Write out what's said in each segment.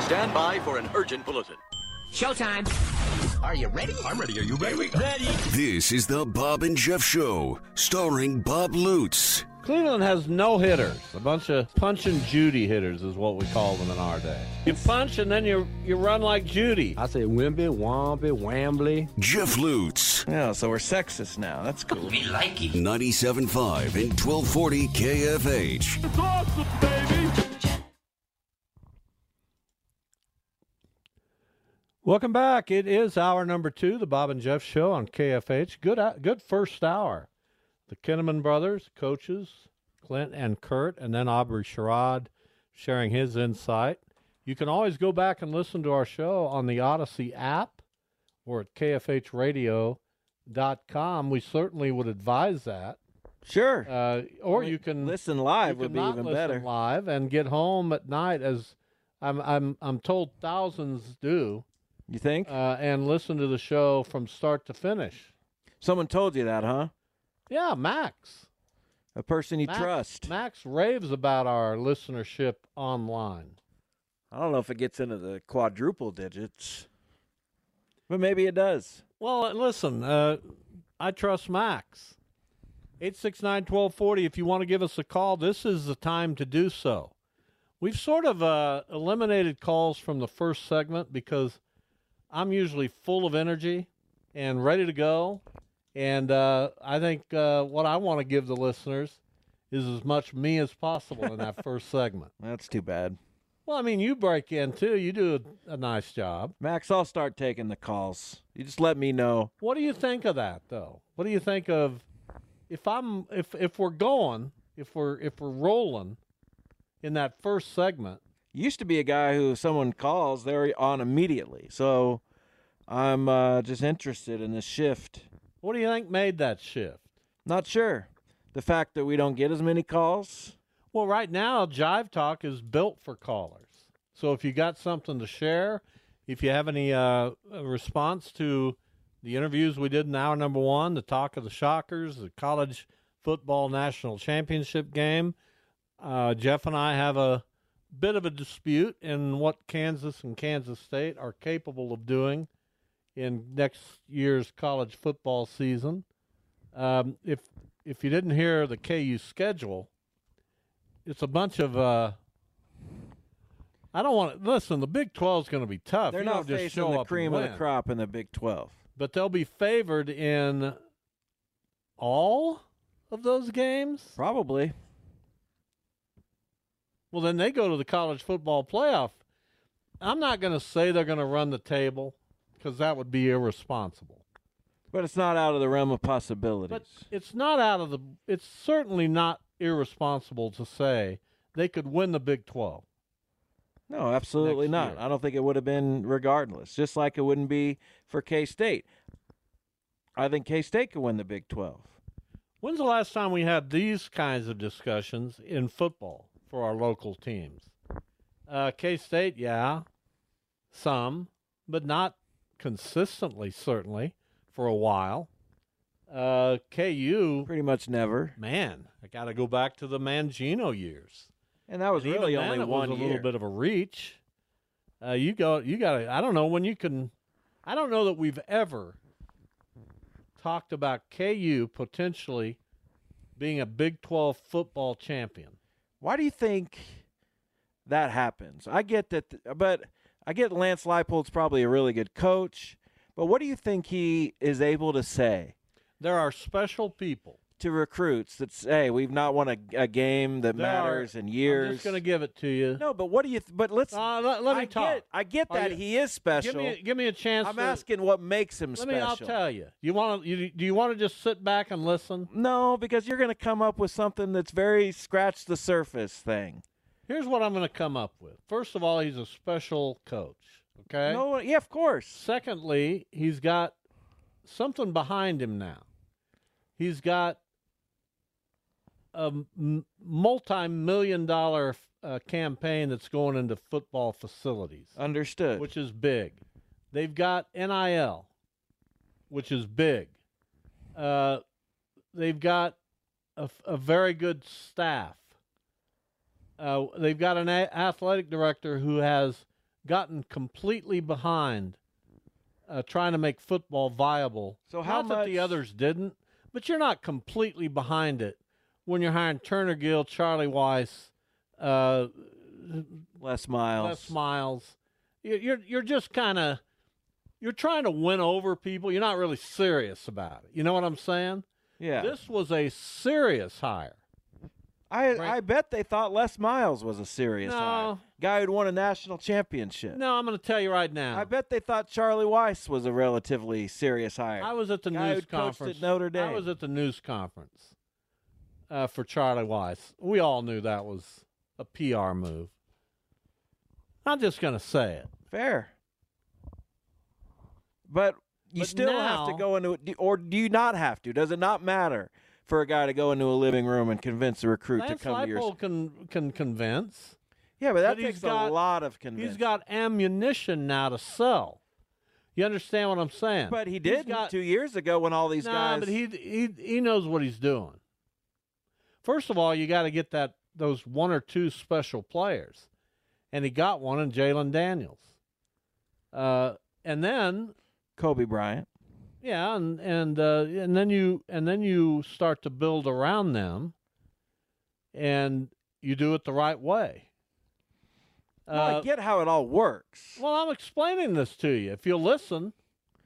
Stand by for an urgent bulletin. Showtime. Are you ready? I'm ready. Are you ready? Ready? This is the Bob and Jeff Show, starring Bob Lutz. Cleveland has no hitters. A bunch of punch and Judy hitters is what we call them in our day. You punch and then you you run like Judy. I say Wimby, Wombly, Wambly. Jeff Lutz, Yeah, so we're sexist now. That's cool. 97.5 and 1240 KFH. Welcome back. It is hour number two, the Bob and Jeff Show on KFH. Good hou- good first hour. The Kinneman brothers, coaches Clint and Kurt, and then Aubrey Sherrod sharing his insight. You can always go back and listen to our show on the Odyssey app or at kfhradio.com. We certainly would advise that. Sure. Uh, or you can Listen live you would be cannot even listen better. Live and get home at night, as I'm I'm I'm told thousands do, You think? uh, and listen to the show from start to finish. Someone told you that, huh? Yeah, Max. A person you Max, trust. Max raves about our listenership online. I don't know if it gets into the quadruple digits, but maybe it does. Well, and listen, uh, I trust Max. 869-1240 if you want to give us a call this is the time to do so we've sort of uh, eliminated calls from the first segment because i'm usually full of energy and ready to go and uh, i think uh, what i want to give the listeners is as much me as possible in that first segment That's too bad. well i mean you break in too you do a, a nice job Max, I'll start taking the calls. You just let me know. What do you think of that though? What do you think of if I'm if if we're going, if we're if we're rolling in that first segment, Used to be a guy who if someone calls, they're on immediately. So I'm uh, just interested in this shift. what do you think made that shift? Not sure. The fact that we don't get as many calls. Well, right now Jive Talk is built for callers. So if you got something to share, if you have any uh response to the interviews we did in hour number 1, the talk of the Shockers, the college football national championship game, uh, Jeff and I have a bit of a dispute in what Kansas and Kansas State are capable of doing in next year's college football season. Um, if if you didn't hear the KU schedule, it's a bunch of. Uh, I don't want to listen. The Big Twelve is going to be tough. They're You not don't just show facing the up and cream of the win. crop in the Big 12. but they'll be favored in all of those games. Probably. Well, then they go to the college football playoff. I'm not going to say they're going to run the table because that would be irresponsible. But it's not out of the realm of possibilities. But it's not out of the. It's certainly not irresponsible to say they could win the Big 12. no, absolutely next not. year. I don't think it would have been regardless, just like it wouldn't be for K State. I think K State could win the Big 12. When's the last time we had these kinds of discussions in football for our local teams? Uh, K State, yeah, some, but not consistently, certainly, for a while. Uh, KU, Pretty much never. man, I got to go back to the Mangino years. And that was And even really then only it one was a year. little bit of a reach. Uh, you go, you got to. I don't know when you can. I don't know that we've ever talked about KU potentially being a Big Twelve football champion. Why do you think that happens? I get that, th- but I get Lance Leipold's probably a really good coach. But what do you think he is able to say There are special people. to recruits that say we've not won a, a game that There are- matters in I'm years? just going to give it to you. no, but what do you? Th- but let's. Uh, let, let me I talk. Get, I get Are that you- he is special. Give me, give me a chance. I'm to- asking what makes him Let special. me. I'll tell you. You want to? You, do you want to just sit back and listen? No, because you're going to come up with something that's very scratch the surface thing. Here's what I'm going to come up with. First of all, he's a special coach. Okay. No, yeah, of course. Secondly, he's got something behind him now. He's got a m- multi-million dollar uh, campaign that's going into football facilities, Understood. which is big. They've got NIL, which is big. Uh, they've got a, f- a very good staff. Uh, they've got an a- athletic director who has gotten completely behind uh, trying to make football viable. So how Not that the much- others didn't, but you're not completely behind it when you're hiring Turner Gill, Charlie Weiss, uh, Les Miles. Les Miles. You- You're you're just kind of you're trying to win over people. You're not really serious about it. You know what I'm saying? Yeah. This was a serious hire. I Right. I bet they thought Les Miles was a serious No. hire. guy who'd won a national championship. No, I'm going to tell you right now. I bet they thought Charlie Weiss was a relatively serious hire. I was at the Guy who news coached at conference. Notre I Dame. was at the news conference uh, for Charlie Weiss. We all knew that was a PR move. I'm just going to say it. Fair. But you But still have now- to go into do- or do you not have to? Does it not matter for a guy to go into a living room and convince a recruit Lance to come to your Leipold can can convince. Yeah, but that but he's takes got- a lot of convincing. He's got ammunition now to sell. You understand what I'm saying? but he He's didn't got- two years ago when all these Nah, guys but he he he knows what he's doing. First of all, you got to get that those one or two special players, and he got one in Jalen Daniels. Uh, and then Kobe Bryant. yeah, and and uh, and then you and then you start to build around them, and you do it the right way. No, I Uh, get how it all works. well, I'm explaining this to you. If you listen,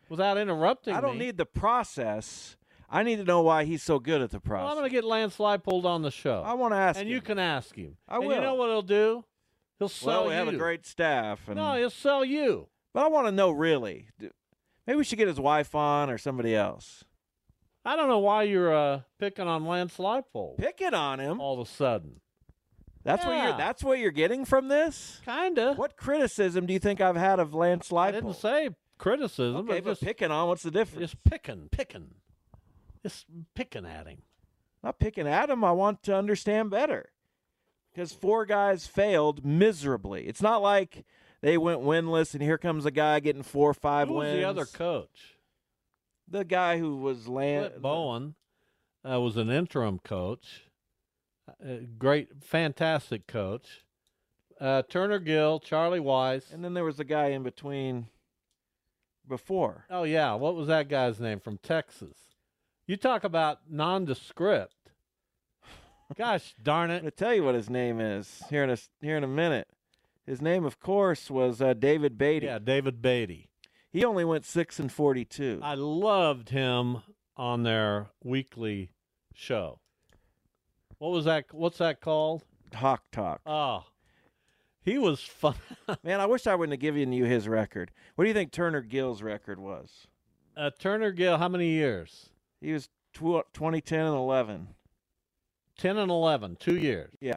without interrupting, I don't me- need the process. I need to know why he's so good at the Well, I'm process. going to get Lance Leipold on the show. I want to ask and you him. can ask him. I and You will. know what he'll do? He'll sell Well, we you. have a great staff, and No, he'll sell you. but I want to know really. Do- Maybe we should get his wife on or somebody else. I don't know why you're uh, picking on Lance Leipold Picking on him. all of a sudden. That's what Oh, yeah. you're. That's what you're getting from this. Kinda. What criticism do you think I've had of Lance Leipold? I didn't say criticism. Okay, but but just, picking on. What's the difference? just picking, picking, just picking at him. Not picking at him. I want to understand better. Because four guys failed miserably. It's not like they went winless, and here comes a guy getting four or five Who was wins. the other coach? The guy who was Lance Clint Bowen uh, was an interim coach, uh, great, fantastic coach. Uh, Turner Gill, Charlie Weiss. And then there was a guy in between before. Oh yeah, what was that guy's name from Texas? You talk about nondescript. Gosh darn I'm it! going to tell you what his name is here in a, s- here in a minute. His name, of course, was uh, David Beatty. Yeah, David Beatty. He only went 6 and 42. I loved him on their weekly show. What was that? What's that called? Hawk Talk. Oh, he was fun. Man, I wish I wouldn't have given you his record. What do you think Turner Gill's record was? uh, Turner Gill. How many years? He was tw- 2010 and 11. Ten and eleven. Two years. Yeah.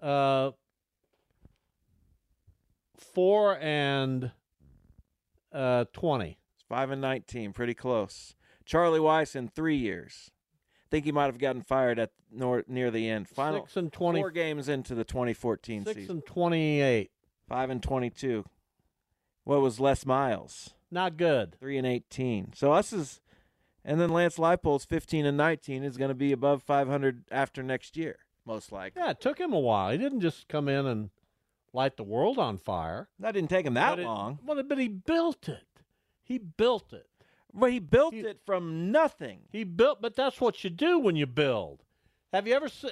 Uh, four and uh twenty. It's 5 and 19, pretty close. Charlie Weiss in 3 years. think he might have gotten fired at nor- near the end. Final Six and twenty. four games into the 2014 Six season. and twenty-eight. Five and twenty-two. What was Les Miles? Not good. Three and eighteen. So us is, and then Lance Leipold's fifteen and nineteen is going to be above five hundred after next year, most likely. Yeah, it took him a while. He didn't just come in and light the world on fire. That didn't take him But that it- long, Well, but he built it. He built it. but he built He- it from nothing. He built. But that's what you do when you build. Have you ever seen?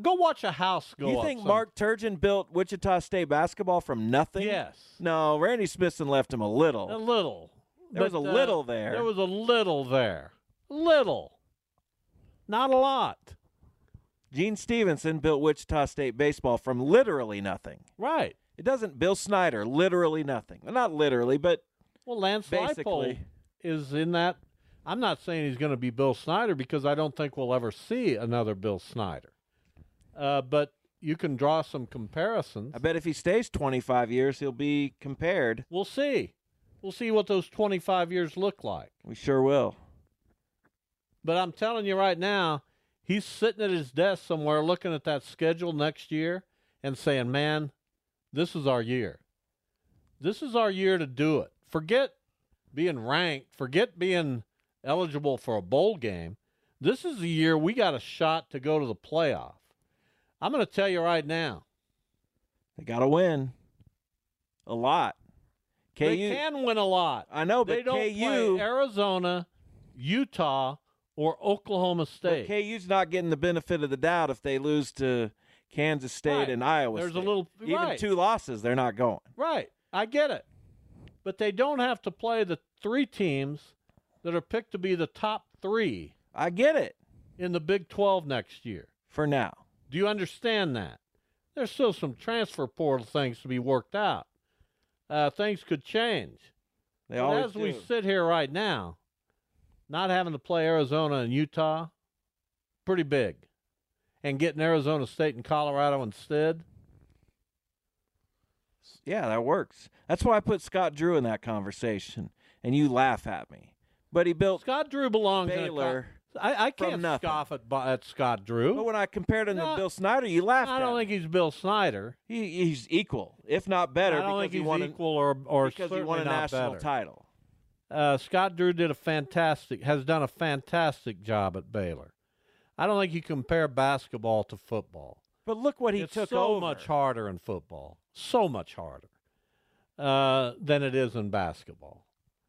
Go watch a house go you up think some- Mark Turgeon built Wichita State basketball from nothing? Yes. No, Randy Smithson left him a A little. little. There was But, a uh, little there. There was a little there. Little. Not a lot. Gene Stevenson built Wichita State baseball from literally nothing. Right. It doesn't. Bill Snyder, literally nothing. Well, not literally, but Well, Lance Leipold Basically. is in that. I'm not saying he's going to be Bill Snyder because I don't think we'll ever see another Bill Snyder. Uh, but you can draw some comparisons. I bet if he stays 25 years, he'll be compared. We'll see. We'll see what those 25 years look like. We sure will. But I'm telling you right now, he's sitting at his desk somewhere looking at that schedule next year and saying, man, this is our year. This is our year to do it. Forget being ranked, forget being eligible for a bowl game. This is the year we got a shot to go to the playoff. I'm going to tell you right now, They got to win. a lot. KU, they can win a lot. I know, They but don't KU, play Arizona, Utah, or Oklahoma but State. KU's not getting the benefit of the doubt if they lose to Kansas State Right. and Iowa. There's a State. little- even right. two losses, they're not going. Right. I get it. But they don't have to play the three teams that are picked to be the top three I get it in the Big 12 next year. for now. Do you understand that? There's still some transfer portal things to be worked out. Uh, things could change. They But always as we do. sit here right now, not having to play Arizona and Utah, pretty big. And getting Arizona State and Colorado instead, Yeah, that works. That's why I put Scott Drew in that conversation, and you laugh at me. But he built. Scott Drew belongs Baylor in a co- I, I from can't nothing. scoff at, Bo- at Scott Drew. But when I compared him No, to Bill Snyder, you laughed. I at don't me. think he's Bill Snyder. He, he's equal, if not better, I don't because think he he's won an- equal or or because he certainly won a not national better. title. Uh, Scott Drew did a fantastic has done a fantastic job at Baylor. I don't think you compare basketball to football. But look what he it's took so over. much harder in football, so much harder uh, than it is in basketball.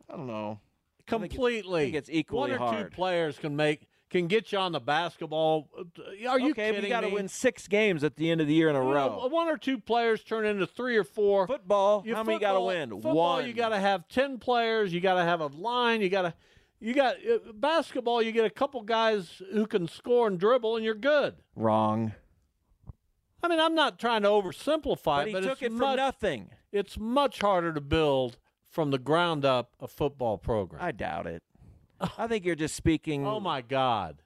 I don't know. think it's- I Completely, think it's equally one or hard. two players can make can get you on the basketball. Are you okay, kidding we got to me? win six games at the end of the year in a You know, row. One or two players turn into three or four. Football, Your how many got to football- win? Football, One. you got to have ten players. You got to have a line. You got to, you got uh, basketball. You get a couple guys who can score and dribble, and you're good. wrong. I mean, I'm not trying to oversimplify, But it, he but took it's it from much, nothing. It's much harder to build from the ground up a football program. I doubt it. I think you're just speaking. oh my God!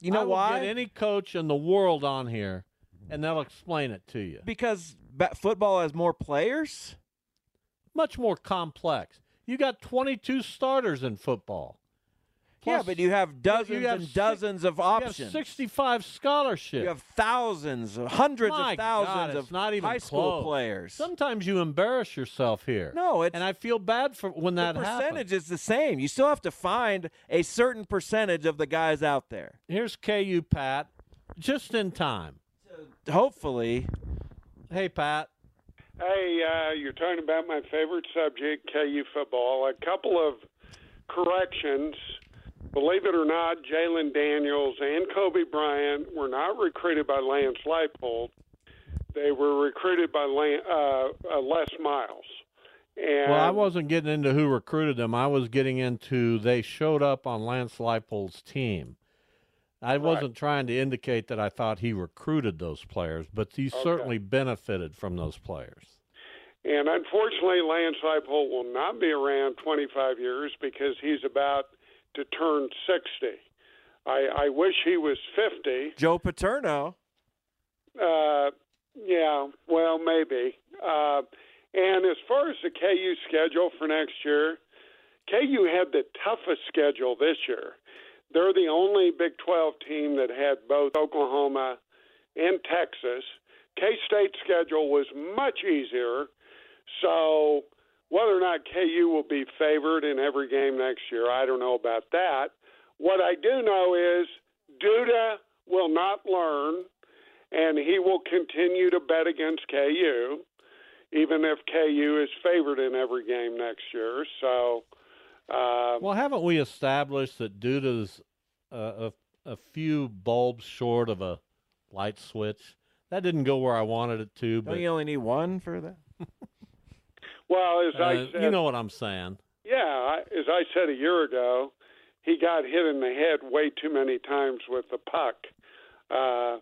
You know I will why? Get any coach in the world on here, and they'll explain it to you. because ba- football has more players. Much more complex. You got 22 starters in football. yeah, Plus- but you have dozens have and six- dozens of You options. have 65 scholarships. You have thousands, hundreds My of thousands God, it's of not even high school close. players. Sometimes you embarrass yourself here. No, it's- and I feel bad for when that the percentage happens. is the same. You still have to find a certain percentage of the guys out there. Here's KU Pat, just in time. Hopefully, Hey Pat, Hey, uh, you're talking about my favorite subject, KU football. A couple of corrections. Believe it or not, Jalen Daniels and Kobe Bryant were not recruited by Lance Leipold. They were recruited by Lan uh, uh, Les Miles. And well, I wasn't getting into who recruited them. I was getting into they showed up on Lance Leipold's team. I wasn't trying to indicate that I thought he recruited those players, but he certainly benefited from those players. And unfortunately, Lance Leipold will not be around 25 years because he's about to turn 60. I, I wish he was 50. Joe Paterno. Uh, yeah, well, maybe. Uh, and as far as the KU schedule for next year, KU had the toughest schedule this year. They're the only Big 12 team that had both Oklahoma and Texas. K State's schedule was much easier. So whether or not KU will be favored in every game next year, I don't know about that. What I do know is Duda will not learn and he will continue to bet against KU, even if KU is favored in every game next year. So, uh, Well, haven't we established that Duda's uh, a, a few bulbs short of a light switch? That didn't go where I wanted it to, Don't but you only need one for that? well, as I uh, said, you know what I'm saying. yeah, I- as I said a year ago, he got hit in the head way too many times with the puck. Uh,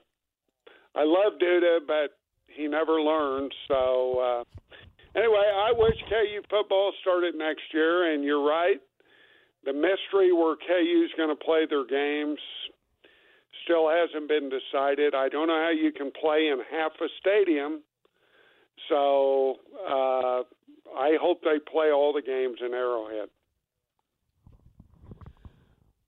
I love Duda, but he never learns. So, uh, anyway, I wish KU football started next year, and you're right. The mystery where KU's going to play their games still hasn't been decided. I don't know how you can play in half a stadium. So, uh, I hope they play all the games in Arrowhead.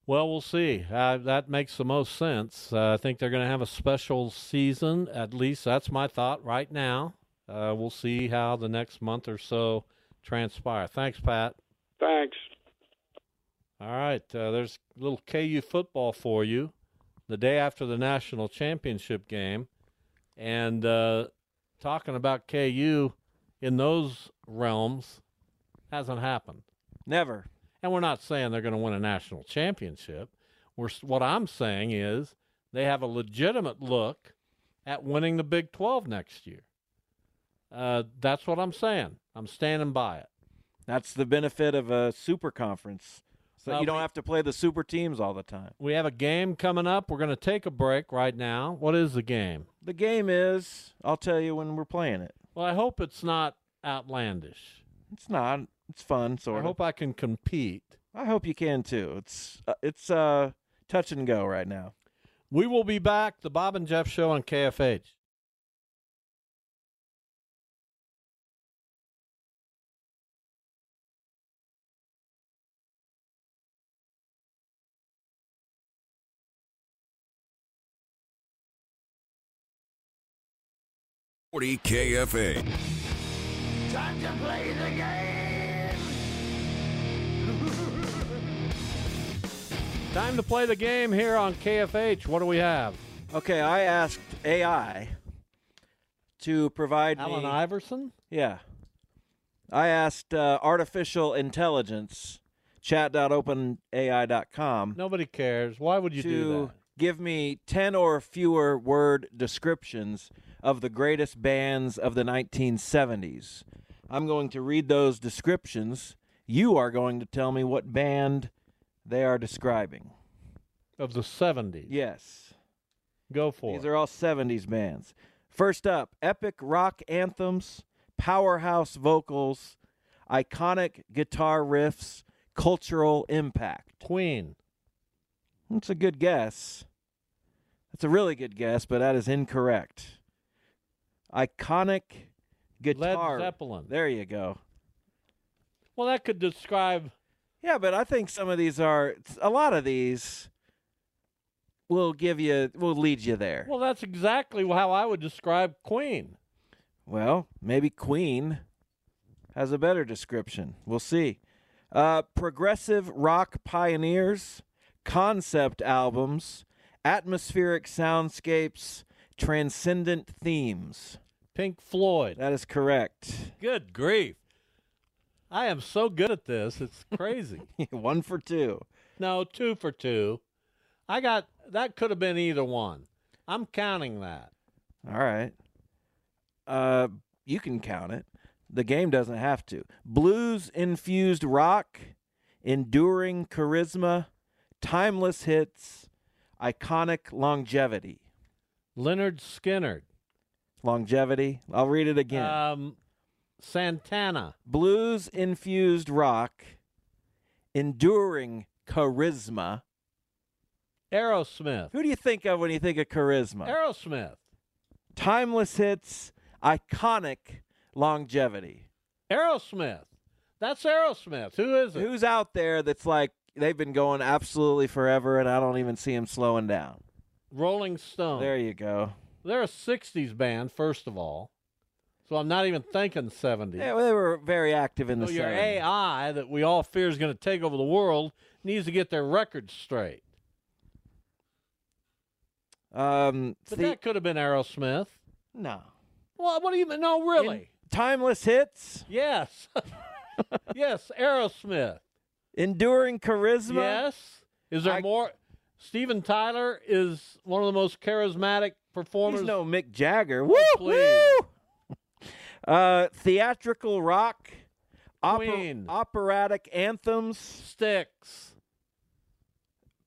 Well, we'll see. Uh, that makes the most sense. Uh, I think they're going to have a special season. At least that's my thought right now. Uh, we'll see how the next month or so transpire. Thanks, Pat. Thanks. All right, uh, there's a little KU football for you. The day after the national championship game, and uh, talking about KU, in those realms hasn't happened. Never. And we're not saying they're going to win a national championship. We're, s- what I'm saying is they have a legitimate look at winning the Big 12 next year. Uh, that's what I'm saying. I'm standing by it. That's the benefit of a super conference. So Uh, you don't we- have to play the super teams all the time. We have a game coming up. We're going to take a break right now. What is the game? The game is, I'll tell you when we're playing it. Well, I hope it's not outlandish. It's not. It's fun, sort I of. hope I can compete. I hope you can too. It's uh, it's uh touch and go right now. We will be back. The Bob and Jeff Show on KFH. Forty KFA. Time to play the game here on KFH. What do we have? Okay, I asked AI to provide Alan me. Iverson? yeah, I asked uh, artificial intelligence chat.openai.com Nobody cares. Why would you to do that? give me 10 or fewer word descriptions of the greatest bands of the 1970s. I'm going to read those descriptions. You are going to tell me what band they are describing. Of the 70s. Yes. Go for These it. are all 70s bands. First up, epic rock anthems, powerhouse vocals, iconic guitar riffs, cultural impact. Queen. That's a good guess. That's a really good guess, but that is incorrect. Iconic guitar. Zeppelin. There you go. Well, that could describe. Yeah, but I think some of these are a lot of these will give you will lead you there. Well, that's exactly how I would describe Queen. Well, maybe Queen has a better description. We'll see. Uh, progressive rock pioneers, concept albums, atmospheric soundscapes, transcendent themes. Pink Floyd. That is correct. Good grief. I am so good at this. It's crazy. One for two. no, two for two. I got. That could have been either one. I'm counting that. All right. Uh, you can count it. The game doesn't have to. Blues infused rock, enduring charisma, timeless hits, iconic longevity. Leonard Skinner. Longevity. I'll read it again. Um, Santana. Blues infused rock, enduring charisma. Aerosmith. Who do you think of when you think of charisma? Aerosmith. timeless hits, iconic longevity. Aerosmith. That's Aerosmith. Who is it? Who's out there that's like they've been going absolutely forever, and I don't even see him slowing down? Rolling Stone. There you go. They're a 60s band, first of all. So I'm not even thinking 70s. Yeah, Oh, well, they were very active in the so your 70s. AI that we all fear is going to take over the world needs to get their records straight. Um, But the- that could have been Aerosmith. no Well, what do you mean? No, really? timeless hits, Yes. yes, Aerosmith. enduring charisma. Yes. Is there I- more? Steven Tyler is one of the most charismatic performers. He's no Mick Jagger. Woo! please. woo! Uh, theatrical rock, opera, Queen. operatic anthems, Sticks.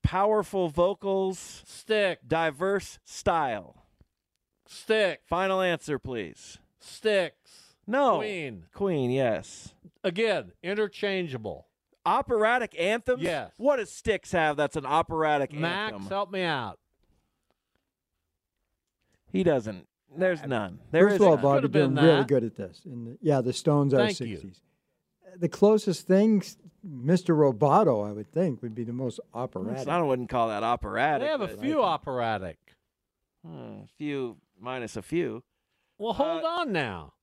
powerful vocals, Stick. diverse style. Stick. Final answer, please. Sticks. No. Queen. Queen, yes. Again, interchangeable. Operatic anthems? Yes. What does Styx have that's an operatic Max, anthem? help me out. He doesn't. There's none. There is First of all, none. Bob- Bob, you've Could've been been really that. good at this. And the- yeah, the Stones are Thank you. sixties. The closest thing, s- Mr. Roboto, I would think, would be the most operatic. I wouldn't call that operatic. They have a but- few operatic. Hmm, few minus a few. Well, Uh, hold on now.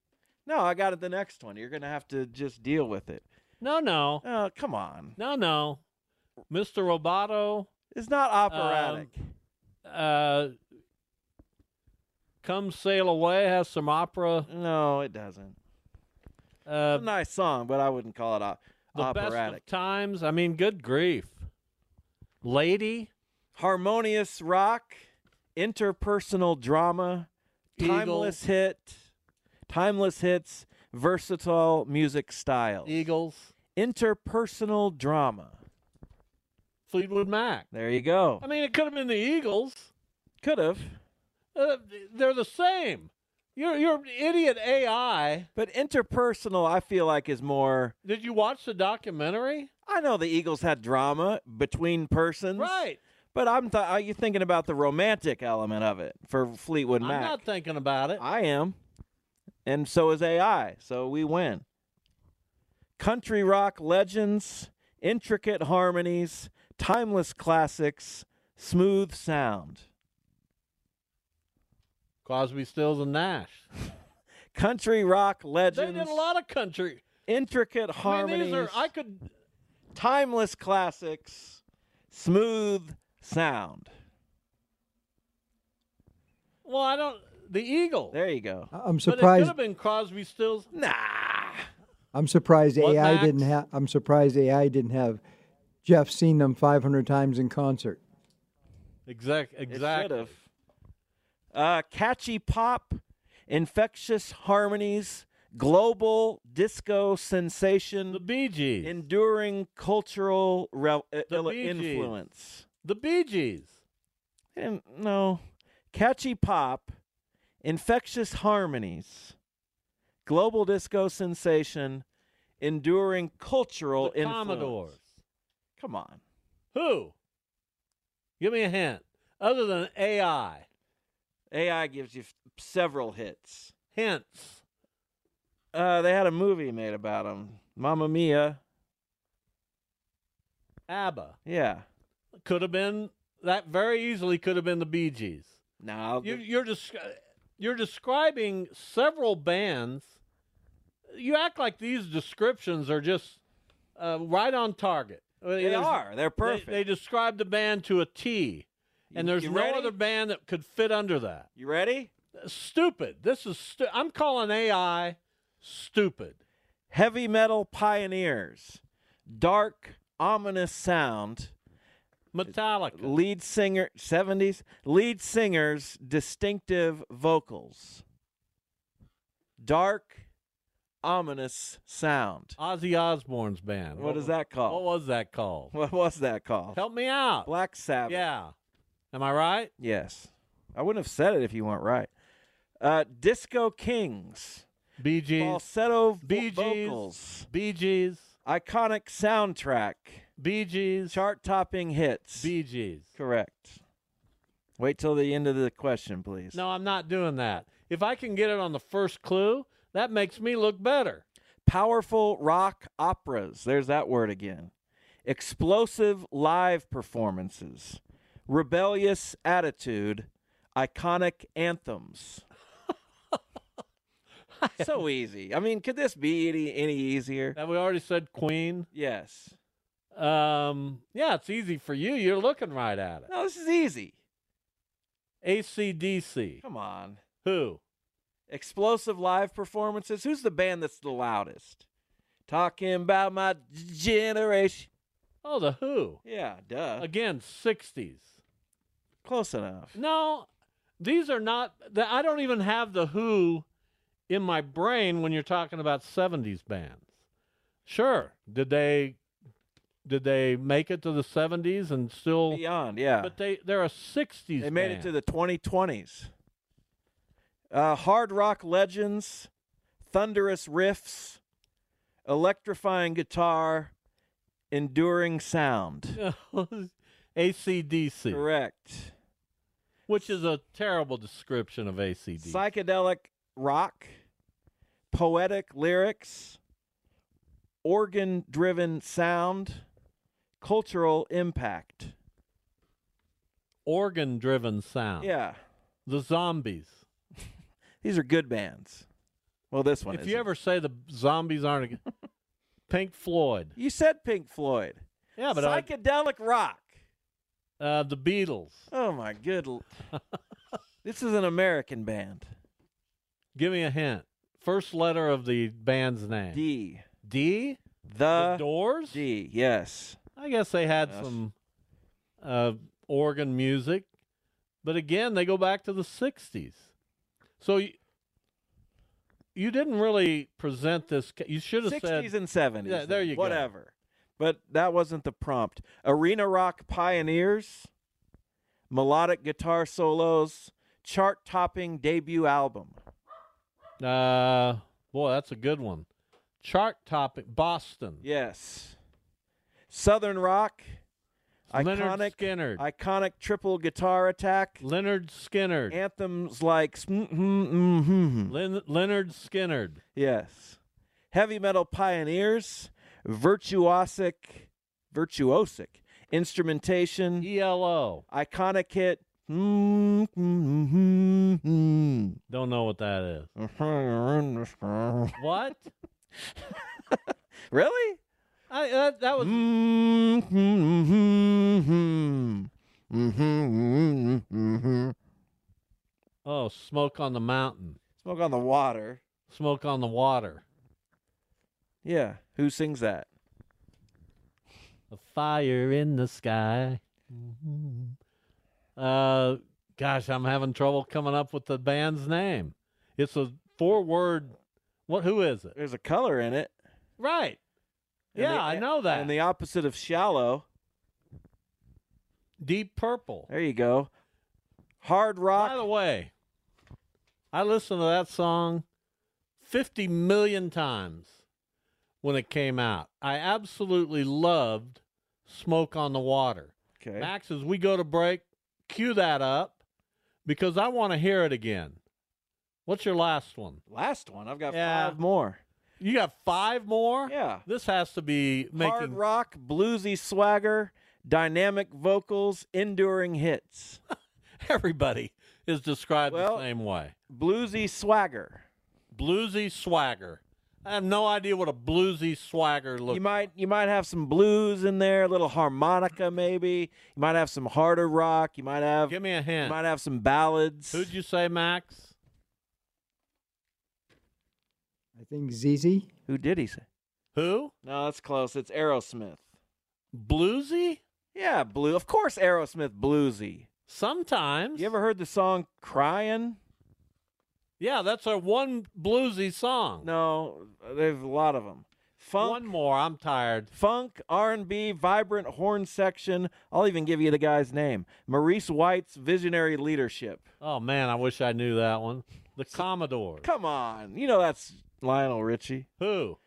No, I got it the next one. You're going to have to just deal with it. No, no, Oh, come on. no, no. Mr. Roboto It's not Um, operatic. uh, "Come Sail Away" has some opera. no, it doesn't. Uh, It's a nice song, but I wouldn't call it op- the best operatic. of times. I mean, good grief, lady, Harmonious rock, interpersonal drama, timeless hit, timeless hits, versatile music style. Eagle, Eagles, Interpersonal drama. Fleetwood Mac. There you go. I mean, it could have been the Eagles. Could have, Uh, they're the same. You're you're an idiot AI. but interpersonal I feel like is more Did you watch the documentary? I know the Eagles had drama between persons. Right. But I'm th- are you thinking about the romantic element of it for Fleetwood I'm Mac? not thinking about it. I am. And so is AI. So we win. Country rock legends, intricate harmonies, timeless classics, smooth sound. Crosby, Stills, and Nash. Country rock They legends, did a lot of country. intricate I mean, harmonies, these are. I could. timeless classics, smooth sound. Well, I don't. The Eagle. There you go. I- I'm But it could surprised. have been Crosby, Stills. Nah. I'm surprised What, AI didn't Max? have. I'm surprised AI didn't have Jeff seen them 500 times in concert. Exact. It Exactly. should have. Uh, catchy pop, infectious harmonies, global disco The sensation, Bee Gees. enduring cultural re- uh, The ele- Bee Gees. influence. the Bee Gees. And, no. Catchy pop, infectious harmonies, global disco sensation, enduring cultural the influence. Commodores. Come on. Who? Give me a hint. Other than AI. AI gives you f- several hits. Hints. Uh, they had a movie made about them. Mamma Mia. ABBA. Yeah. Could have been that very easily could have been the Bee Gees. No, You, th- you're just you're describing several bands. You act like these descriptions are just uh, right on target. they are. They're perfect. They, describe the band to a T, and You- there's you no ready? other band that could fit under that. You ready? Stupid. This is. Stu- I'm calling AI stupid. Heavy metal pioneers, dark, ominous sound. Metallica. Lead singer, seventies. Lead singers, distinctive vocals. Dark, ominous sound. Ozzy Osbourne's band. What is that called? What was that called? What was that called? Help me out. Black Sabbath. Yeah. Am I right? Yes. I wouldn't have said it if you weren't right. Uh, Disco Kings. Bee Gees. Falsetto vo- Bee Gees. vocals. Bee Gees. Iconic soundtrack. Bee Gees. Chart topping hits. Bee Gees. Correct. Wait till the end of the question, please. No, I'm not doing that. If I can get it on the first clue, that makes me look better. Powerful rock operas. There's that word again. Explosive live performances. Rebellious attitude. Iconic anthems. so easy. I mean, could this be any, any easier? And we already said Queen. Yes. Um, yeah, it's easy for you. You're looking right at it. No, this is easy. ACDC. Come on. Who? explosive live performances. Who's the band that's the loudest? Talking about my generation. Oh, the Who. Yeah, duh. Again, 60s. Close enough. No, these are not. the- I don't even have the Who in my brain when you're talking about 70s bands. Sure, did they did they make it to the 70s and still? Beyond, yeah. But they they're a 60s. They made it band. to the 2020s. Uh, hard rock legends, thunderous riffs, electrifying guitar, enduring sound. ACDC, Correct. which is a terrible description of ACDC. psychedelic rock, poetic lyrics, organ driven sound, cultural impact. Organ driven sound. Yeah, The zombies. these are good bands. Well, this one. if is you ever say the zombies aren't a, Pink Floyd. you said Pink Floyd, Yeah, but I- psychedelic rock. uh, the Beatles. Oh my good! l- this is an American band. Give me a hint. First letter of the band's name. D. D? the The Doors? D. Yes. I guess they had Yes. some uh, organ music, but again, they go back to the '60s. So you, you didn't really present this. ca- You should have said Sixties and seventies. Yeah, there then, you go. Whatever. But that wasn't the prompt. Arena rock pioneers, melodic guitar solos, chart-topping debut album. Uh, boy, that's a good one. Chart topic: Boston. Yes. Southern rock. Leonard iconic, Skinner. iconic triple guitar attack. Leonard Skinner. Anthems like "Mm, mm, mm, mm, mm." Lin- Leonard Skinner. yes, heavy metal pioneers, virtuosic, virtuosic instrumentation, E ELO. iconic hit. "Mm, mm, mm, mm, Don't know what that is. mm." What? Really? I, that, that was Mm, mm, mm, mm, mm. Mm, mm, mm, mm, mm. oh, smoke on the mountain, Smoke on the water. smoke on the water, Yeah, who sings that? a fire in the sky. Mm-hmm. Uh, gosh, I'm having trouble coming up with the band's name. It's a four-word. What? Who is it? There's a color in it. Right. And yeah, the- I know that. And the opposite of shallow. Deep Purple. There you go. Hard By the rock. way, I listened to that song 50 million times when it came out. I absolutely loved Smoke on the Water. Okay. Max, as we go to break, cue that up because I want to hear it again. What's your last one? Last one. I've got Yeah. five more. You got five more? Yeah. This has to be making. Hard rock, bluesy swagger, dynamic vocals, enduring hits. Everybody is described Well- the same way. Bluesy swagger. Bluesy swagger. I have no idea what a bluesy swagger looks You might you might have some blues in there, a little harmonica maybe. You might have some harder rock. You might have Give me a you hint. might have some ballads. Who'd you say, Max? I think ZZ. Who did he say? Who? No, that's close. It's Aerosmith. Bluesy? Yeah, blue. Of course, Aerosmith bluesy. Sometimes. You ever heard the song "Crying"? Yeah, that's our one bluesy song. No, there's a lot of them. Funk, One more. I'm tired. funk, R&B, vibrant horn section. I'll even give you the guy's name: Maurice White's visionary leadership. Oh man, I wish I knew that one. The Commodores. Come on, you know that's Lionel Richie. Who?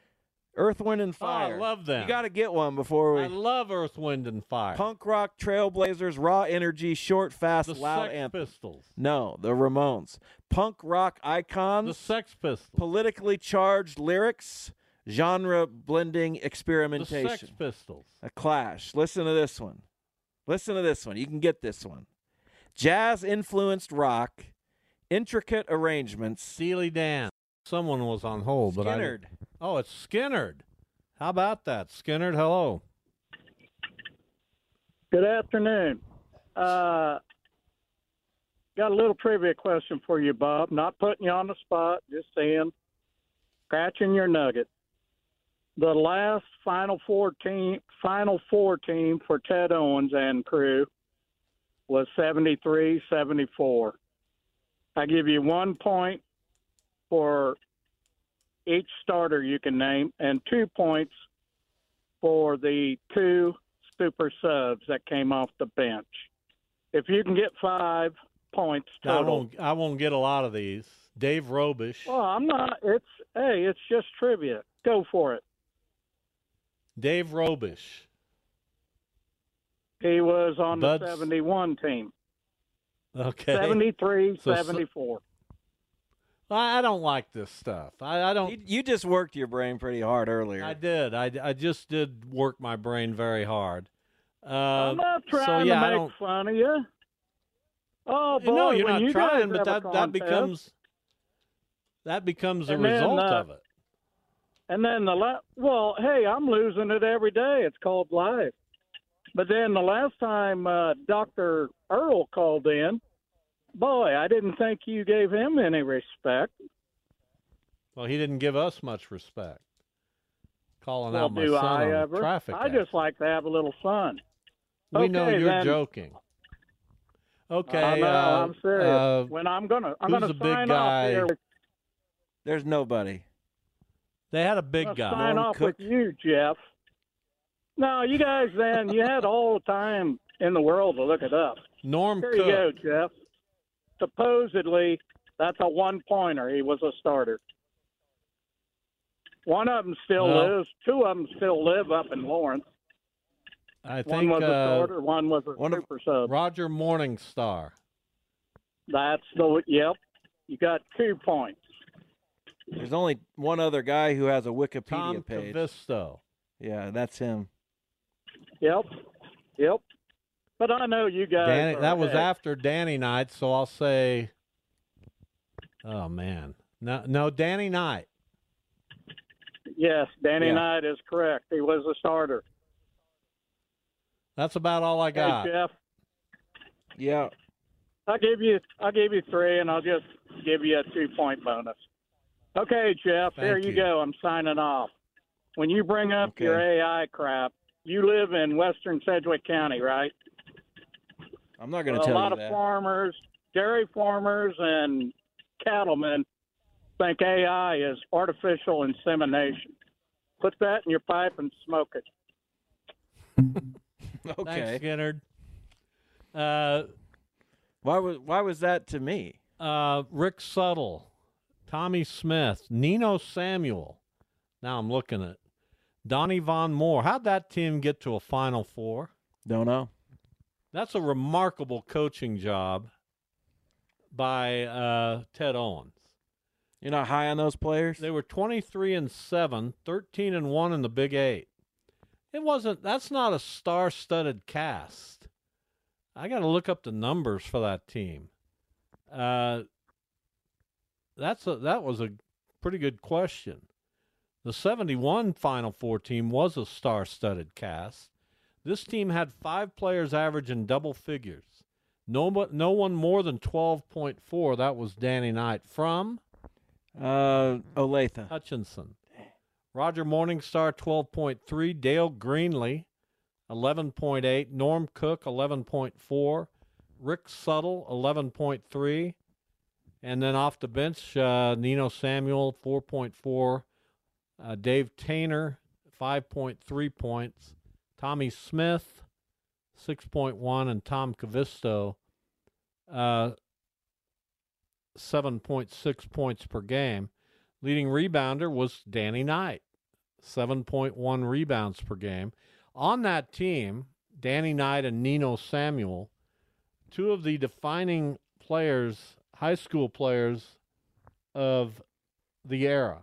Earth, Wind, and Oh, I Fire. love them. You got to get one before we. I love Earth, Wind, and Fire. Punk rock, Trailblazers, raw energy, short, fast, the loud Sex anthem. Pistols. No, the Ramones. Punk rock icons. The Sex Pistols. politically charged lyrics, genre blending The Sex experimentation. Pistols. A clash. Listen to this one. Listen to this one. You can get this one. Jazz influenced rock, intricate arrangements. Steely Dan. Someone was on hold, but Skinnerd. I. Oh, it's Skinnerd. How about that, Skinnerd? Hello. Good afternoon. Uh, got a little trivia question for you, Bob. Not putting you on the spot, just saying, scratching your nugget. The last Final Four team, Final Four team for Ted Owens and crew was 73 74. I give you one point for each starter you can name, and two points for the two super subs that came off the bench. If you can get five points I total, won't. I won't get a lot of these. Dave Robish. well, I'm not. It's hey, it's just trivia. Go for it. Dave Robish. He was on Buds. the 71 team, Okay. seventy-three, So- seventy-four. I, I don't like this stuff. I, I You, don't. you just worked your brain pretty hard earlier. I did. I, I just did work my brain very hard. Uh, I'm not trying so yeah, I to make don't. fun of you. Oh boy, no, you're when not you guys trying, but have a that that contest, becomes that becomes a And then, result uh, of it. And then the last, well, hey, I'm losing it every day. It's called life. But then the last time uh, Dr. Earl called in, boy, I didn't think you gave him any respect. Well, he didn't give us much respect. Calling Well, out my do son I on a ever? traffic. I accident. just like to have a little fun. we know Okay, you're then. joking. Okay, I know, uh, I'm serious. uh, when I'm gonna, who's I'm gonna the big sign guy? off here. with- There's nobody. they had a big I'm gonna guy. Sign Norm off Cook. with you, Jeff. No, you guys, then you had all the time in the world to look it up. Norm Here Cook. you go, Jeff. Supposedly, that's a one pointer. He was a starter. One of them still Well- lives. Two of them still live up in Lawrence. I One think was a uh, starter. One was a one of- super sub. Roger Morningstar. That's the yep. You got two points. There's only one other guy who has a Wikipedia Tom page. Cavisto. Yeah, that's him. Yep. Yep. But I know you guys. Danny, are that was ahead. after Danny Knight, so I'll say. Oh man, no, no, Danny Knight. Yes, Danny Yeah. Knight is correct. He was a starter. That's about all I got. Hey, Jeff, Yeah. I give you I give you three, and I'll just give you a two point bonus. Okay, Jeff, Thank there you, you. go. I'm signing off. When you bring up Okay. your AI crap, you live in Western Sedgwick County, right? I'm not going to Well, tell a lot you of that. farmers, dairy farmers, and cattlemen think AI is artificial insemination. Put that in your pipe and smoke it. Thanks, okay. Skinner. Uh, Why was why was that to me? uh, Rick Suttle, Tommy Smith, Nino Samuel. Now I'm looking at Donnie Von Moore. How'd that team get to a Final Four? Don't know. That's a remarkable coaching job by uh, Ted Owens. You're not high on those players. They were 23 and 7, 13 and 1 in the Big 8. It wasn't that's not a star-studded cast. I got to look up the numbers for that team. Uh that's a that was a pretty good question. The 71 Final Four team was a star-studded cast. This team had 5 players averaging double figures. No mo- no one more than 12.4. That was Danny Knight from Uh, Olathe. Hutchinson. Roger Morningstar, 12.3. Dale Greenley, 11.8. Norm Cook, 11.4. Rick Suttle, 11.3. And then off the bench, uh, Nino Samuel, 4.4. Uh, Dave Tainer, 5.3 points. Tommy Smith, 6.1. And Tom Cavisto, uh, 7.6 points per game. Leading rebounder was Danny Knight, 7.1 rebounds per game. On that team, Danny Knight and Nino Samuel, two of the defining players, high school players of the era.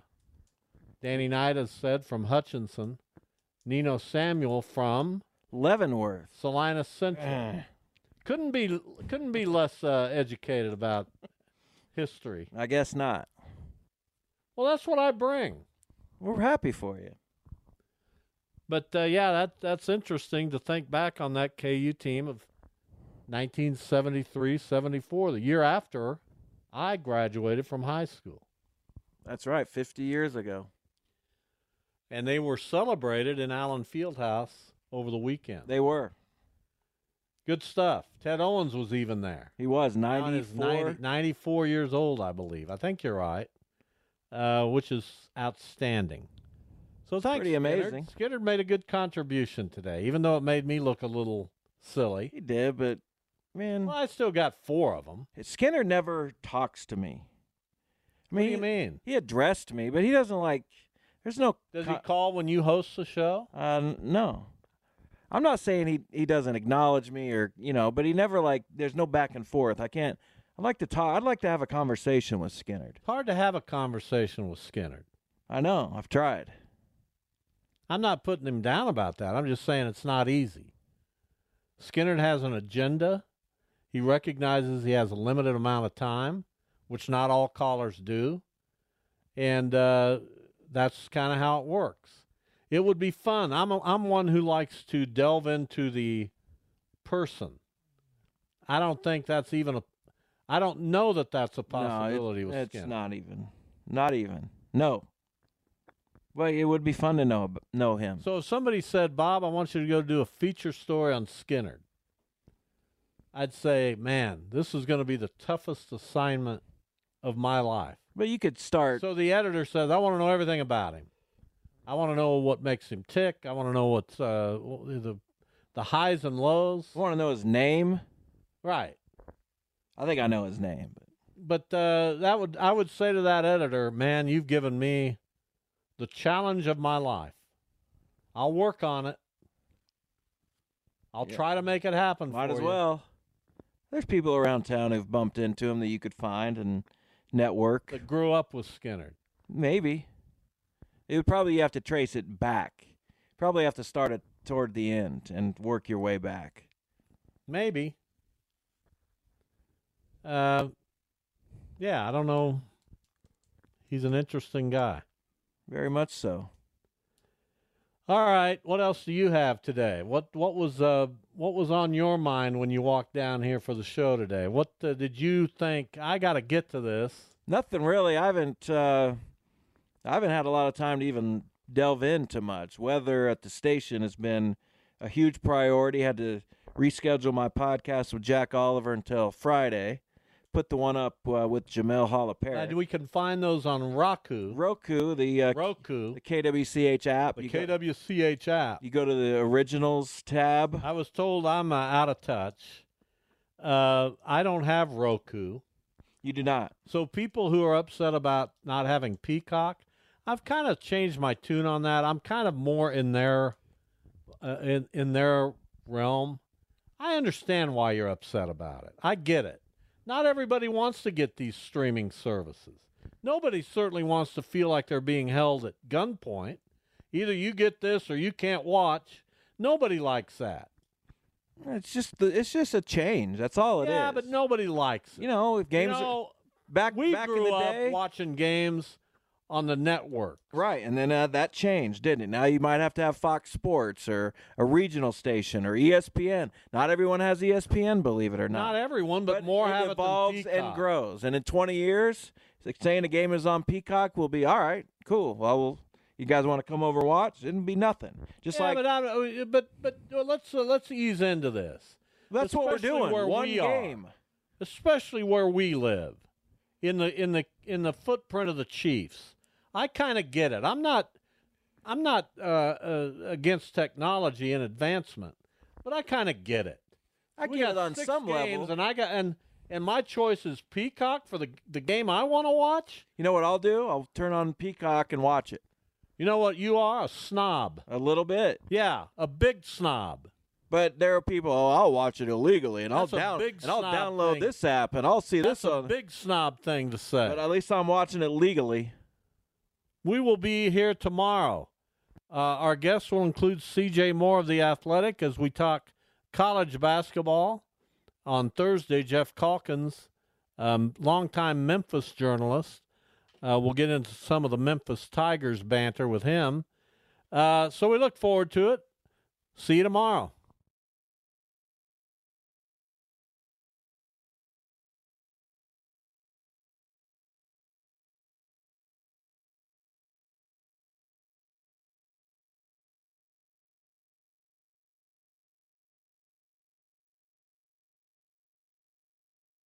Danny Knight, as said, from Hutchinson, Nino Samuel from Leavenworth. Salinas Central. Eh, Couldn't be couldn't be less uh, educated about history. I guess not. Well, that's what I bring. We're happy for you. But uh, yeah, that that's interesting to think back on that KU team of 1973-74, the year after I graduated from high school. That's right. Fifty years ago, And they were celebrated in Allen Fieldhouse over the weekend. they were. Good stuff. Ted Owens was even there. He was Now he's 94. 90 94 years old, I believe. I think you're right, uh, which is outstanding. So thanks, Pretty amazing. Skinner. Skinner made a good contribution today, even though it made me look a little silly. He did, but man, Well, I still got four of them. Skinner never talks to me. I What do you he- mean? He addressed me, but he doesn't like. There's no. Does he co- call when you host the show? Uh, n- no. I'm not saying he, he doesn't acknowledge me or, you know, but he never like, there's no back and forth. I can't, I'd like to talk, I'd like to have a conversation with Skinner. It's hard to have a conversation with Skinner. I know, I've tried. I'm not putting him down about that. I'm just saying it's not easy. Skinner has an agenda. He recognizes he has a limited amount of time, which not all callers do. And uh, that's kind of how it works. It would be fun. I'm, a, I'm one who likes to delve into the person. I don't think that's even a. I don't know that that's a No, it- possibility with it's Skinner. not even, not even, No. Well, it would be fun to know ab- know him. So if somebody said, Bob, I want you to go do a feature story on Skinner, I'd say, man, this is going to be the toughest assignment of my life. But you could start. So the editor says, I want to know everything about him. I want to know what makes him tick. I want to know what's uh, what- the the highs and lows. I want to know his name. Right. I think I know his name. But But uh, that would I would say to that editor, man, you've given me the challenge of my life. I'll work on it. I'll Yeah. try to make it happen. might for as you." well. There's people around town who've bumped into him that you could find and network. That grew up with Skinner. Maybe. It would probably you have to trace it back. Probably have to start it toward the end and work your way back. Maybe. Uh, yeah, I don't know. He's an interesting guy. Very much so. All right, what else do you have today? What what was uh what was on your mind when you walked down here for the show today? What uh, did you think? I got to get to this. Nothing really. I haven't. Uh, I haven't had a lot of time to even delve into much. Weather at the station has been a huge priority. Had to reschedule my podcast with Jack Oliver until Friday. Put the one up uh, with Jamel Now, Halapera. do we can find those on Roku, Roku, the uh, Roku, the KWCH app. the you, go, KWCH app. you go to the originals tab. I was told I'm uh, out of touch. Uh, I don't have Roku. You do not. So people who are upset about not having Peacock, I've kind of changed my tune on that. I'm kind of more in their uh, in in their realm. I understand why you're upset about it. I get it. Not everybody wants to get these streaming services. Nobody certainly wants to feel like they're being held at gunpoint. Either you get this or you can't watch. Nobody likes that. It's just the, it's just a change. That's all it is. yeah, but nobody likes it. You know, if games you are know, back we back grew in the up day, watching games on the network. Right, and then uh, that changed, didn't it? Now you might have to have Fox Sports or a regional station or E ESPN. Not everyone has E ESPN, believe it or Not not. everyone, but, more it have evolves it than and Peacock. grows. And in 20 years, like saying a game is on Peacock will be all right, cool. Well, we'll you guys want to come over and watch? It'll be nothing. Just yeah, like but, uh, I, but but uh, let's uh, let's ease into this, that's what we're especially doing. where One we are. game. especially where we live, in the in the in the footprint of the Chiefs. I kind of get it. I'm not I'm not uh, uh, against technology and advancement, but I kind of get it. I We get got it on six some games, level. and I got and and my choice is Peacock for the the game I want to watch. You know what I'll do? I'll turn on Peacock and watch it You know what? You are a snob. a little bit. Yeah, a big snob. But there are people. Oh, I'll watch it illegally, and That's a I'll down big and I'll snob download thing. this app, and I'll see That's this a on. big snob thing to say. But at least I'm watching it legally. we will be here tomorrow. Uh, our guests will include CJ Moore of The Athletic as we talk college basketball. On Thursday, Jeff Calkins, um, longtime Memphis journalist, uh, we'll get into some of the Memphis Tigers banter with him. Uh, so we look forward to it. See you tomorrow.